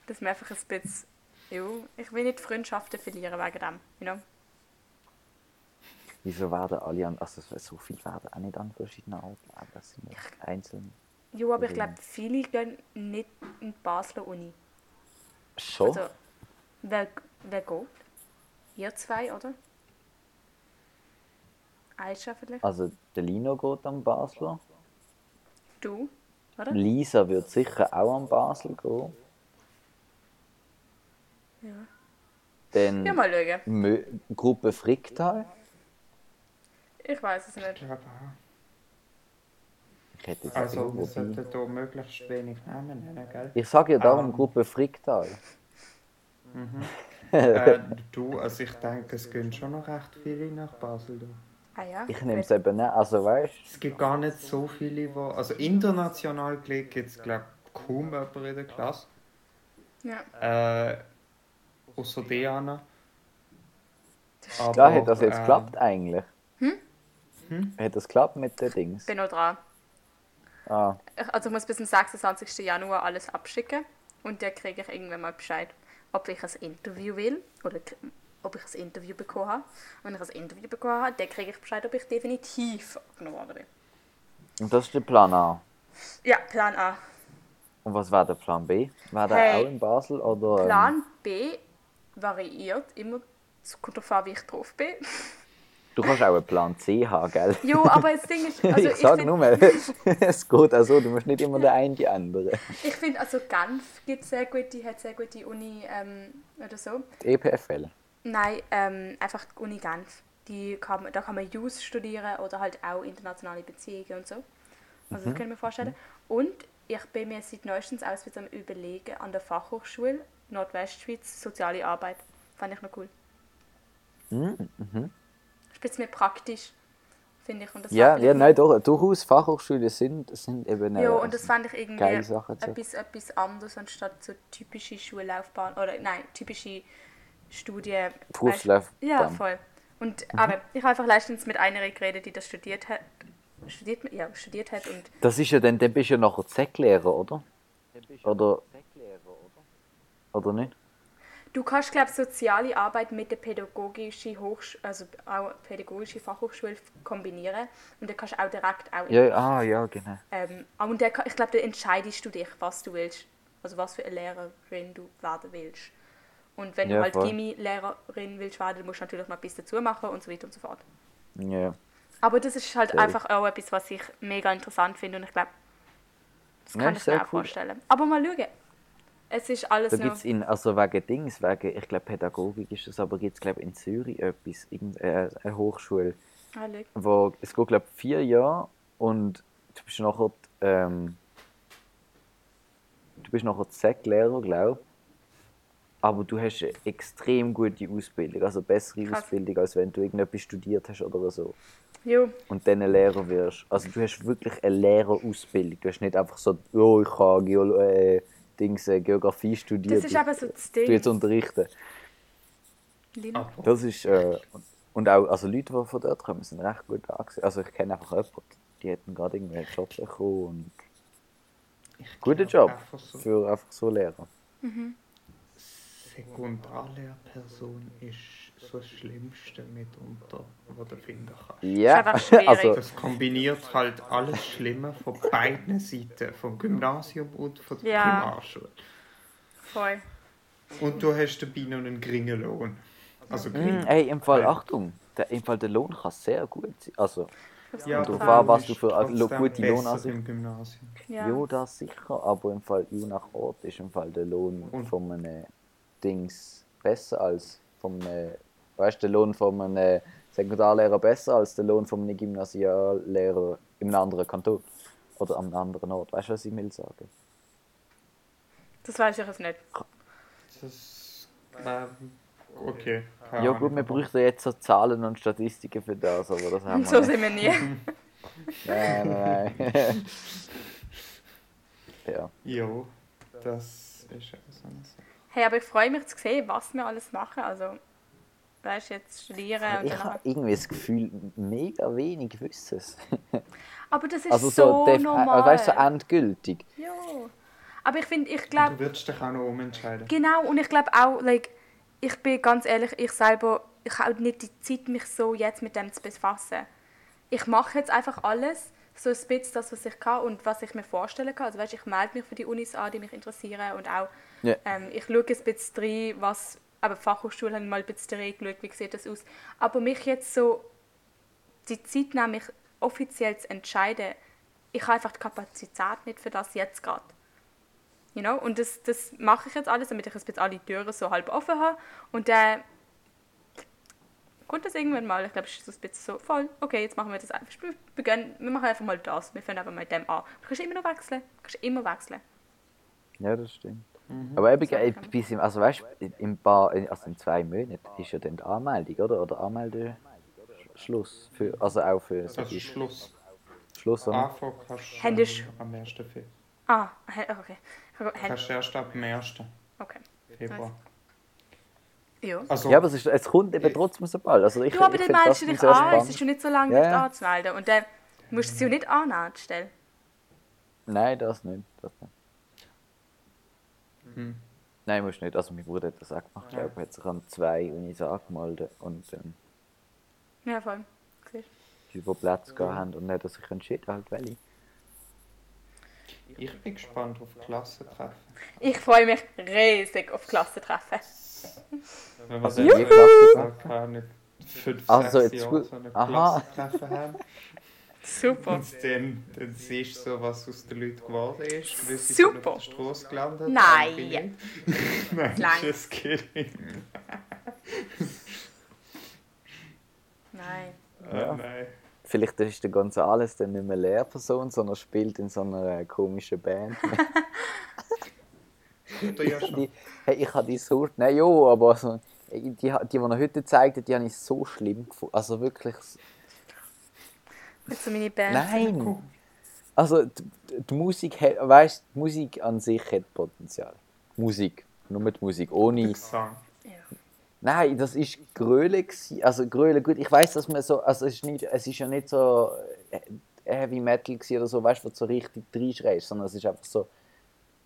S2: dass wir einfach ein bisschen. Ja, ich will nicht Freundschaften verlieren wegen dem. You know?
S1: Wieso werden alle an, also so viele werden auch nicht an verschiedenen Orten leben, das sind nicht einzeln.
S2: Ja, aber ich glaube, viele gehen nicht in die Basler Uni.
S1: Schon?
S2: Also, wer, wer geht? Ihr zwei, oder? Aisha vielleicht?
S1: Also, der Lino geht an Basler.
S2: Du, oder?
S1: Lisa wird sicher auch an Basel gehen.
S2: Ja.
S1: Dann
S2: Ja, mal schauen.
S1: Mö- Gruppe Fricktal.
S2: Ich weiß es
S3: Ich
S2: nicht.
S3: glaube auch.
S1: Ich hätte jetzt
S3: Also, wir
S1: irgendwo bei-
S3: sollten da möglichst wenig Namen nennen, gell?
S1: Ich sage ja darum
S3: Ähm.
S1: Gruppe Fricktal.
S3: äh, du, also ich denke, es gehen schon noch recht viele nach Basel. Du.
S2: Ah ja.
S1: Ich nehme es eben nicht. Also weißt
S3: Es gibt gar nicht so viele, die. Also international gelegt gibt es, glaube ich, kaum jemanden in der Klasse.
S2: Ja,
S3: Äh, außer Diana. Aber,
S1: Klar, hätte das jetzt
S3: ähm,
S1: geklappt eigentlich.
S2: Hm?
S1: Hätte das geklappt mit den Dings?
S2: bin noch dran.
S1: Ah,
S2: Ich- Also ich muss bis zum 26. Januar alles abschicken und dann kriege ich irgendwann mal Bescheid, ob ich ein Interview will oder k- ob ich ein Interview bekommen habe. Und wenn ich ein Interview bekommen habe, dann kriege ich Bescheid, ob ich definitiv genommen worden bin.
S1: und das ist der Plan A.
S2: Ja, Plan
S1: Ähm.
S2: A.
S1: Und was war der Plan B? War der
S2: Hey.
S1: auch in Basel? Oder, ähm,
S2: Plan B variiert immer. Es kommt darauf an, wie ich drauf bin. [LAUGHS]
S1: Du kannst auch einen Plan C haben, gell?
S2: Jo, aber das
S1: [LAUGHS]
S2: Ding ist, also ich,
S1: ich sage
S2: find-
S1: nur mal, es geht auch so, du musst nicht immer der eine die andere.
S2: Ich finde, also Genf gibt sehr gute, hat sehr gute Uni ähm, oder so.
S1: Die E EPFL.
S2: Nein, ähm, einfach die Uni Genf. Die kann, man- da kann man Jus studieren oder halt auch internationale Beziehungen und so.
S1: Mhm.
S2: Also das können wir vorstellen. Und ich bin mir seit neuestens auch wieder am überlegen an der Fachhochschule Nordwestschweiz soziale Arbeit. Fand ich noch cool.
S1: Mhm,
S2: Ist ein bisschen mehr praktisch, finde ich. Und das
S1: Ja,
S2: macht
S1: ja,
S2: vielleicht-
S1: nein, doch, durchaus Fachhochschulen sind, sind eben
S2: Ja,
S1: äh,
S2: und das fand ich irgendwie
S1: geile Sache zu-
S2: etwas, etwas anderes, anstatt so typische Schullaufbahn oder nein, typische Studien.
S1: Berufslaufbahn.
S2: Ja, voll. Und
S1: Mhm.
S2: aber ich habe einfach leistens mit einer geredet, die das studiert hat. Studiert, ja, studiert hat und
S1: Das ist ja dann, dann bist du ja nachher Zecklehrer, oder? Oder. Oder nicht?
S2: du kannst, glaube ich, soziale Arbeit mit der pädagogischen Hochschule, also auch pädagogische Fachhochschule kombinieren. Und dann kannst du auch direkt auch.
S1: Ja, ah, ja, genau.
S2: Ähm, ah, und der, ich glaube, da entscheidest du dich, was du willst. Also was für eine Lehrerin du werden willst. Und wenn
S1: Ja,
S2: du halt
S1: voll.
S2: Gimmi-Lehrerin willst werden, dann musst du natürlich noch ein bisschen dazu machen und so weiter und so fort.
S1: Ja.
S2: Aber das ist halt
S1: Geil.
S2: einfach auch etwas, was ich mega interessant finde und ich glaube, das
S1: Ja,
S2: kann
S1: ist
S2: ich
S1: sehr
S2: mir auch
S1: cool.
S2: vorstellen. Aber mal schauen. Es ist alles
S1: Da
S2: noch...
S1: gibt es in, also wegen Dings, wegen, ich glaube Pädagogik ist das, aber gibt es glaube in Zürich etwas, irgend- äh, eine Hochschule,
S2: Ah, schau.
S1: wo es geht glaube vier Jahre und du bist nachher, ähm, du bist nachher Zecklehrer, glaube aber du hast eine extrem gute Ausbildung, also bessere
S2: Krass.
S1: Ausbildung, als wenn du irgendetwas studiert hast oder so
S2: Jo,
S1: und dann ein Lehrer wirst. Also du hast wirklich eine Lehrerausbildung, du hast nicht einfach so, oh ich habe Geolo äh, Dings, äh, Geografie studiert.
S2: das ist
S1: ich-
S2: eben so das
S1: du jetzt
S2: Ding.
S1: unterrichten.
S2: Lina.
S3: Aber
S1: Das ist, äh, und auch also Leute, die von dort kommen, sind recht gut angesehen. Also ich kenne einfach jemanden, die hätten gerade irgendwie einen Job bekommen und
S3: ich
S1: guten
S3: glaub,
S1: Job
S3: Einfach so
S1: für einfach so Lehrer.
S3: Sekundarlehrperson ist so das Schlimmste mitunter, was du finden kannst.
S1: Ja,
S2: einfach schwierig.
S3: [LAUGHS]
S1: also
S3: Das kombiniert halt alles Schlimme von beiden Seiten, vom Gymnasium und von der
S2: Ja.
S3: Primarschule.
S2: Voll.
S3: Und du hast dabei noch einen geringen Lohn. Also
S1: mh,
S3: gering.
S1: ey, im Fall Achtung, der, im Fall der Lohn kann sehr gut sein. Also
S3: Ja,
S1: Darauf
S3: aber
S1: an, was
S3: ist
S1: du für eine
S3: trotzdem
S1: gute
S3: besser
S1: Lohnansicht-
S3: im Gymnasium.
S2: Ja.
S1: ja. das sicher, aber im Fall je nach Ort ist im Fall der Lohn
S3: Und-
S1: von einem Dings besser als vom weißt der Lohn von einem Sekundarlehrer besser als der Lohn von einem Gymnasiallehrer in einem anderen Kanton oder am anderen Ort. Weißt du, was ich will sagen?
S2: Das weiß ich jetzt nicht.
S3: Das, ähm, okay. keine
S1: Ja
S3: Ahnung,
S1: gut, wir
S3: aber-
S1: bräuchten jetzt so Zahlen und Statistiken für das, aber das
S2: [LAUGHS]
S1: haben
S2: Und so
S1: wir nicht.
S2: sind wir
S1: [LAUGHS]
S2: nie.
S1: Nein, nein,
S2: [LAUGHS]
S1: nein. ja.
S3: Jo, das ist auch so eine Sache.
S2: Hey, aber ich freue mich zu sehen, was wir alles machen. Also, weißt du, jetzt studieren und
S1: Ich
S2: dann.
S1: habe irgendwie das Gefühl, mega wenig wissen es.
S2: Aber das ist
S1: Also
S2: so
S1: so, def- äh,
S2: normal.
S1: weißt du, so endgültig.
S2: ja. Aber ich finde, ich
S3: Du
S2: glaube,
S3: würdest dich auch noch umentscheiden.
S2: genau, und ich glaube auch, like, ich bin ganz ehrlich, ich selber, ich habe auch nicht die Zeit, mich so jetzt mit dem zu befassen. Ich mache jetzt einfach alles, so ein bisschen das, was ich kann und was ich mir vorstellen kann. Also, weißt du, ich melde mich für die Unis an, die mich interessieren und auch
S1: Ja.
S2: Ähm, ich schaue ein bisschen rein, was. Aber Fachhochschule habe ich mal ein bisschen reingeschaut, wie sieht das aus. Aber mich jetzt so. Die Zeit nehmen, mich offiziell zu entscheiden, ich habe einfach die Kapazität nicht für das jetzt gerade. You know? Und das, das mache ich jetzt alles, damit ich ein bisschen alle Türen so halb offen habe. Und dann. Kommt das irgendwann mal? Ich glaube, es ist so ein bisschen so voll. Okay, jetzt machen wir das einfach. Wir, beginnen, wir machen einfach mal das. Wir fangen einfach mal mit dem an. Du kannst immer noch wechseln. Du kannst immer wechseln.
S1: Ja, das stimmt.
S2: Mhm.
S1: Aber eben,
S2: Sorry,
S1: äh,
S2: Fabi.
S1: bis im, also weißt du, im paar, also in zwei Monaten ist ja dann die Anmeldung, oder? Oder Anmeldeschluss. Für, also auch für
S3: Das ist
S1: solche
S3: Schluss.
S1: Schluss, oder?
S3: AV kannst
S2: Hände sch-
S3: Ah, du am 1. Februar.
S2: Ah, okay. okay.
S3: Kannst du erst ab dem 1.
S2: okay.
S3: Februar.
S2: Ja.
S3: Also,
S1: Ja, aber es, ist, es kommt eben trotzdem so bald. Also ich,
S2: Du, aber
S1: ich
S2: dann
S1: find
S2: meldest du
S1: das
S2: dich
S1: sehr
S2: an, es
S1: spannend.
S2: ist schon nicht so lange,
S1: Ja,
S2: dich
S1: ja.
S2: anzumelden. Und dann musst du sie ja nicht annehmen, stell.
S1: Nein, das nicht. Das nicht.
S3: Mhm.
S1: Nein, musst nicht. Also mein Bruder hat das auch gemacht. Ich glaube, er hat sich an zwei Unis angemeldet und ähm,
S2: Ja, voll. Siehst.
S1: die über Platz gegangen haben und dann hat er sich entschieden, halt welche.
S3: Ich bin gespannt auf Klassentreffen.
S2: Ich freue mich riesig auf Klassentreffen.
S3: Wenn wir
S1: Also,
S3: dann
S1: wir
S3: so
S1: Klassentreffen?
S3: keine fünf,
S1: Also,
S3: sechs
S1: jetzt
S3: Jahre
S1: gut.
S3: so eine
S1: Aha.
S3: Klassentreffen
S1: [LAUGHS]
S3: haben.
S2: Super.
S3: Und dann, dann siehst du so, was aus den Leuten geworden ist. Weil sie
S2: Super.
S3: sind auf der Straße gelandet.
S2: Nein.
S3: andere
S2: [LAUGHS]
S3: nicht. Nein,
S2: Nein.
S3: [LAUGHS] das ist kidding.
S2: Nein.
S1: Ja.
S3: Ah, nein.
S1: Vielleicht ist der Gonzales dann nicht mehr Lehrperson, sondern spielt in so einer komischen Band.
S3: Tut er
S1: [LAUGHS]
S3: ja schon.
S1: die, hey, ich habe die so. Nein, ja, aber also, die, die, die er heute gezeigt hat, die habe ich so schlimm gefunden. Also wirklich.
S2: Willst du meine Band?
S1: Nein! Also die, die Musik, weißt, die Musik an sich hat Potenzial. Musik. Nur die Musik. Ohne.
S3: Gesang.
S2: Ja.
S1: Nein, das ist Gröle gsi. Also Gröle, gut, ich weiß, dass man so, also es ist, nicht, es ist ja nicht so äh, Heavy Metal gsi oder so, weißt du, wo du so richtig reinschreist, sondern es ist einfach so,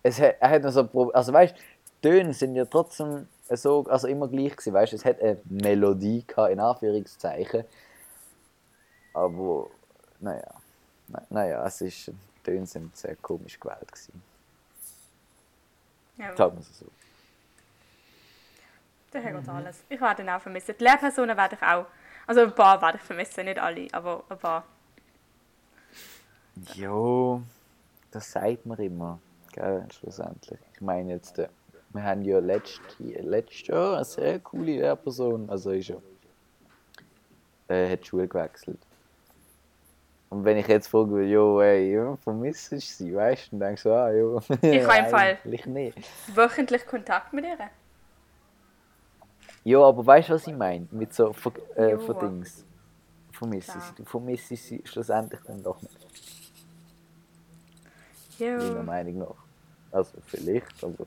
S1: es hat, er hat noch so, Pro- also weißt, du, Töne sind ja trotzdem so, also immer gleich gsi, weißt, du, es hat eine Melodie gehabt, in Anführungszeichen, aber naja, na, naja, es ist, Töne sind sehr komisch gewählt gsi,
S2: Ja,
S1: sagen wir es so.
S2: da hört alles. Ich werde ihn auch vermissen. Die Lehrpersonen werde ich auch. Also ein paar werde ich vermissen, nicht alle, aber ein paar.
S1: Jo, das sagt man immer, gell, schlussendlich. Ich meine jetzt, äh, wir haben ja letztes letzte Jahr eine sehr coole Lehrperson, also ist ja, äh, hat die Schule gewechselt. Und wenn ich jetzt frage, würde, jo, ey, ja, vermisst du sie, weißt du, dann denkst du, ah, jo. [LAUGHS]
S2: Ich auf jeden Fall.
S1: Eigentlich nicht.
S2: Wöchentlich Kontakt mit ihr.
S1: Ja, aber weißt du, was ich meine? Mit so Ver äh,
S2: Jo.
S1: Verdings. Vermisst
S2: Klar.
S1: ich, du vermisst ich sie schlussendlich dann doch nicht, meiner
S2: Jo.
S1: Meinung nach. Also vielleicht, aber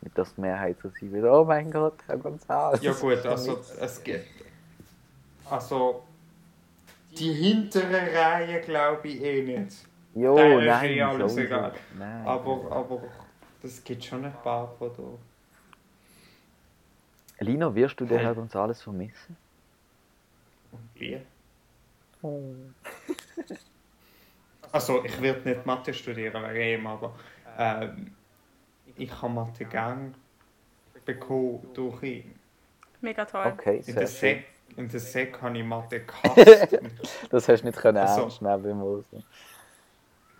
S1: nicht, dass die Mehrheit so sein wird, oh mein Gott, Herr Gonzales.
S3: Ja
S1: [LAUGHS]
S3: gut, also es gibt. Also die hintere Reihe glaube ich eh nicht.
S1: Jo,
S3: Nein, ist
S1: nein,
S3: eh alles
S1: sowieso.
S3: egal.
S1: Nein.
S3: Aber, aber es gibt schon ein paar von da.
S1: Lino, wirst du den
S3: Hey.
S1: Herr Gonzales vermissen?
S3: Und wie?
S1: Oh.
S3: Also ich werde nicht Mathe studieren wegen ihm, aber ähm, ich habe Mathe gern bekommen durch ihn.
S2: Mega toll.
S1: Okay,
S3: In der
S1: sehr schön. [LAUGHS]
S3: Sek, in der Sek habe ich Mathe gehasst. Und
S1: Das hast du nicht können
S3: Also.
S1: ernst nehmen beim Rosen.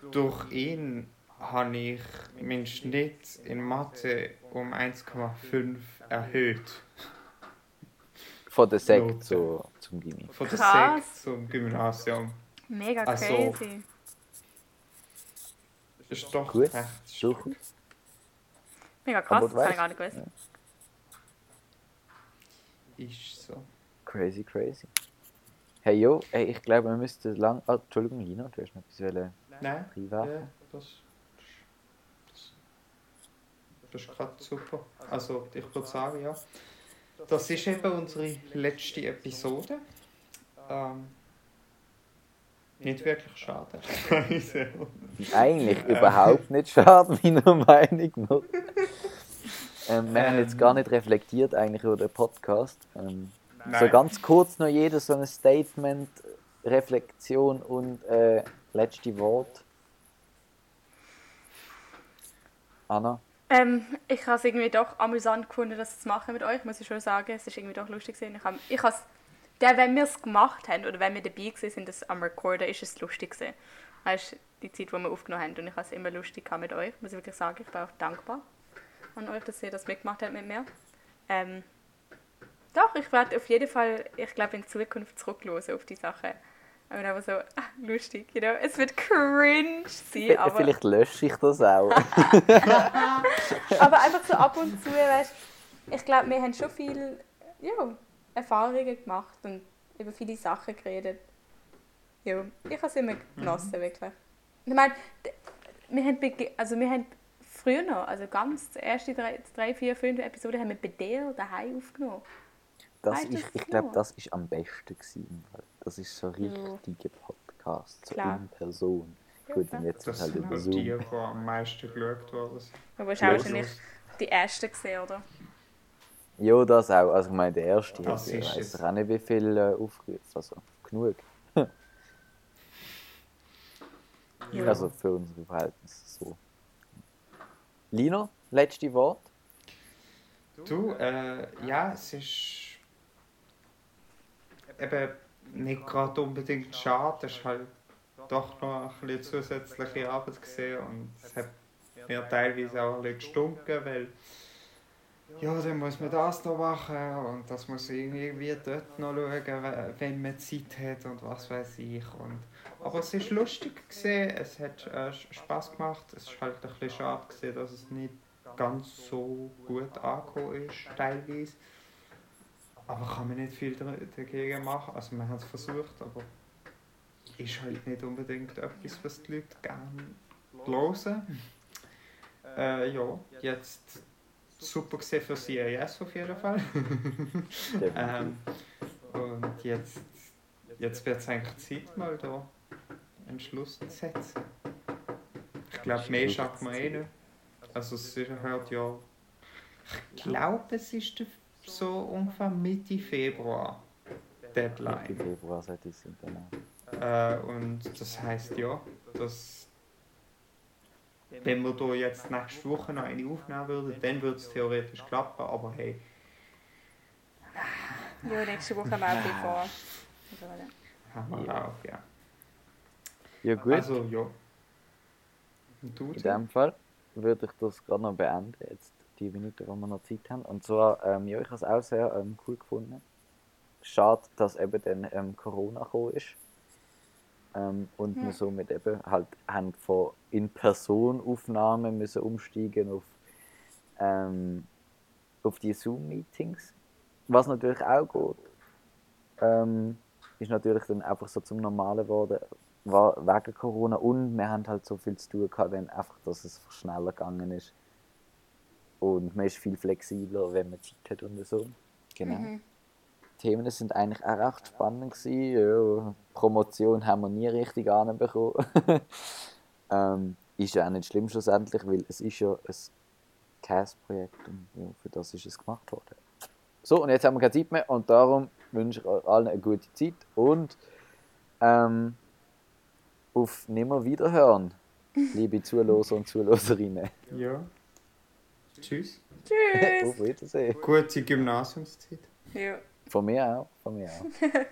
S3: Durch ihn habe ich meinen Schnitt in Mathe um 1,5 erhöht.
S1: Von der
S3: Note.
S1: Sekt zu, zum Gimmi.
S3: Von der Sek
S2: Krass.
S3: zum Gymnasium.
S2: Mega
S3: Ach so.
S2: crazy.
S3: Ist doch
S1: Gut,
S3: recht stark.
S1: durchaus.
S2: Mega krass,
S1: Aber du
S2: das habe ich
S1: weißt-
S2: gar nicht gewusst.
S3: Ist so.
S1: Crazy, crazy. Hey, jo, hey, ich glaube, wir müssten lang... Ah, Entschuldigung, Lino, du hast noch etwas wollen
S3: Nein,
S1: privat.
S3: ja, das, das, das ist gerade super. Also ich würde sagen, ja. Das ist eben unsere letzte Episode. Ähm, nicht wirklich schade. [LAUGHS]
S1: Eigentlich
S3: Äh.
S1: überhaupt nicht schade, [LAUGHS] meiner Meinung
S3: [LAUGHS]
S1: nach. Ähm, wir haben jetzt
S3: Ähm.
S1: gar nicht reflektiert eigentlich über den Podcast. Ähm, so
S3: Nein.
S1: ganz kurz noch jeder so ein Statement, Reflexion und äh, letzte Wort. Anna?
S2: Ähm, ich habe es irgendwie doch amüsant gefunden, das zu machen mit euch, muss ich schon sagen. Es ist irgendwie doch lustig gewesen. Ich habe, ich habe der, wenn wir es gemacht haben oder wenn wir dabei gewesen sind, das am Recorder, ist es lustig gewesen. Weißt die Zeit, die wir aufgenommen haben und ich habe es immer lustig gehabt mit euch, muss ich wirklich sagen. Ich bin auch dankbar an euch, dass ihr das mitgemacht habt mit mir. Ähm, doch, ich werde auf jeden Fall, ich glaube, in Zukunft zurücklosen auf die Sachen. Und aber so, ah, lustig, you know. Es wird cringe sein,
S1: Vi-
S2: aber...
S1: Vielleicht lösche ich das
S2: [LAUGHS]
S1: auch. [LAUGHS]
S2: Aber einfach so ab und zu, weißt ich glaube, wir haben schon viel ja, Erfahrungen gemacht und über viele Sachen geredet. Ja, ich habe es immer genossen, wirklich. Ich meine, d- wir haben, bege- also wir haben früher noch, also ganz die erste drei, drei vier, fünf Episoden haben wir bei dir daheim aufgenommen.
S1: Das
S2: Weißt du
S1: ist,
S2: das
S1: ich glaube,
S2: noch?
S1: das ist am besten gewesen. weil Das ist so richtiger Podcast, so
S2: Klar.
S1: in Person.
S2: Ja,
S1: Gut,
S2: klar.
S1: und jetzt
S3: Das
S1: halt
S3: sind
S1: über
S3: auch
S1: Zoom.
S3: die, die am meisten geschaut worden sind.
S2: Aber es
S1: Ja,
S2: war wahrscheinlich die erste, gewesen, oder?
S1: Ja, das auch. Also ich meine, der erste,
S3: Das
S1: also, ich
S3: ist
S1: weiß
S3: es.
S1: auch nicht, wie viel äh, aufgerufen. Also genug.
S3: [LAUGHS] Ja.
S1: Also für unsere Verhältnisse so. Lino, letzte Wort?
S3: Du, äh, ja, es ist eben nicht gerade unbedingt schade, es ist halt doch noch ein bisschen zusätzliche Arbeit gesehen und es hat mir teilweise auch ein bisschen gestunken, weil ja, dann muss man das noch machen und das muss ich irgendwie dort noch schauen, we- wenn man Zeit hat und was weiß ich. Und, aber es ist lustig gesehen, es hat äh, Spaß gemacht, es ist halt ein bisschen schade gesehen, dass es nicht ganz so gut angekommen ist, teilweise. Aber kann man nicht viel dr- dagegen machen. Also man hat es versucht, aber ist halt nicht unbedingt etwas, was die Leute gerne hören. Äh, ja, jetzt super gesehen für CIS auf jeden Fall. ähm, und jetzt, jetzt wird es eigentlich Zeit, mal da einen Schluss zu setzen. Ich glaube, mehr schafft man eh nicht. Also es ist halt ja. Ich glaube, es ist der- so ungefähr Mitte Februar
S1: Im
S3: Deadline.
S1: Februar sollte ich sind genau.
S3: Äh, und das heißt ja, dass wenn wir da jetzt nächste Woche noch eine aufnehmen würden, dann würde es theoretisch klappen, aber hey,
S2: Ja, nächste Woche haben wir auch viel vor. Also, ja.
S3: haben wir
S1: Ja.
S3: auch, ja.
S1: Ja gut,
S3: Also ja. Und du?
S1: in dem Fall würde ich das gerade noch beenden, jetzt die Minuten, wo wir noch Zeit haben. Und zwar, ähm, ja, ich habe es auch sehr ähm, cool gefunden. Schade, dass eben dann ähm, Corona gekommen ist. Ähm, und wir somit eben halt haben von In-Person-Aufnahmen müssen umsteigen auf, ähm, auf die Zoom-Meetings. Was natürlich auch geht, ähm, ist natürlich dann einfach so zum Normalen geworden, war wegen Corona und wir haben halt so viel zu tun gehabt, dann einfach, dass es schneller gegangen ist. Und man ist viel flexibler, wenn man Zeit hat und so. Genau. Themen sind eigentlich auch recht spannend gewesen. Ja, Promotion haben wir nie richtig anbekommen. [LAUGHS] ähm, ist ja auch nicht schlimm schlussendlich, weil es ist ja ein CAS-Projekt und ja, für das ist es gemacht worden. So, und jetzt haben wir keine Zeit mehr und darum wünsche ich euch allen eine gute Zeit und ähm, auf Nimmerwiederhören, liebe Zuloser und Zuloserinnen.
S3: Ja. Tschüss.
S1: [LAUGHS]
S2: Tschüss!
S1: auf Wiedersehen.
S3: Gute Gymnasiumszeit.
S2: ja.
S1: Von mir auch, von mir auch.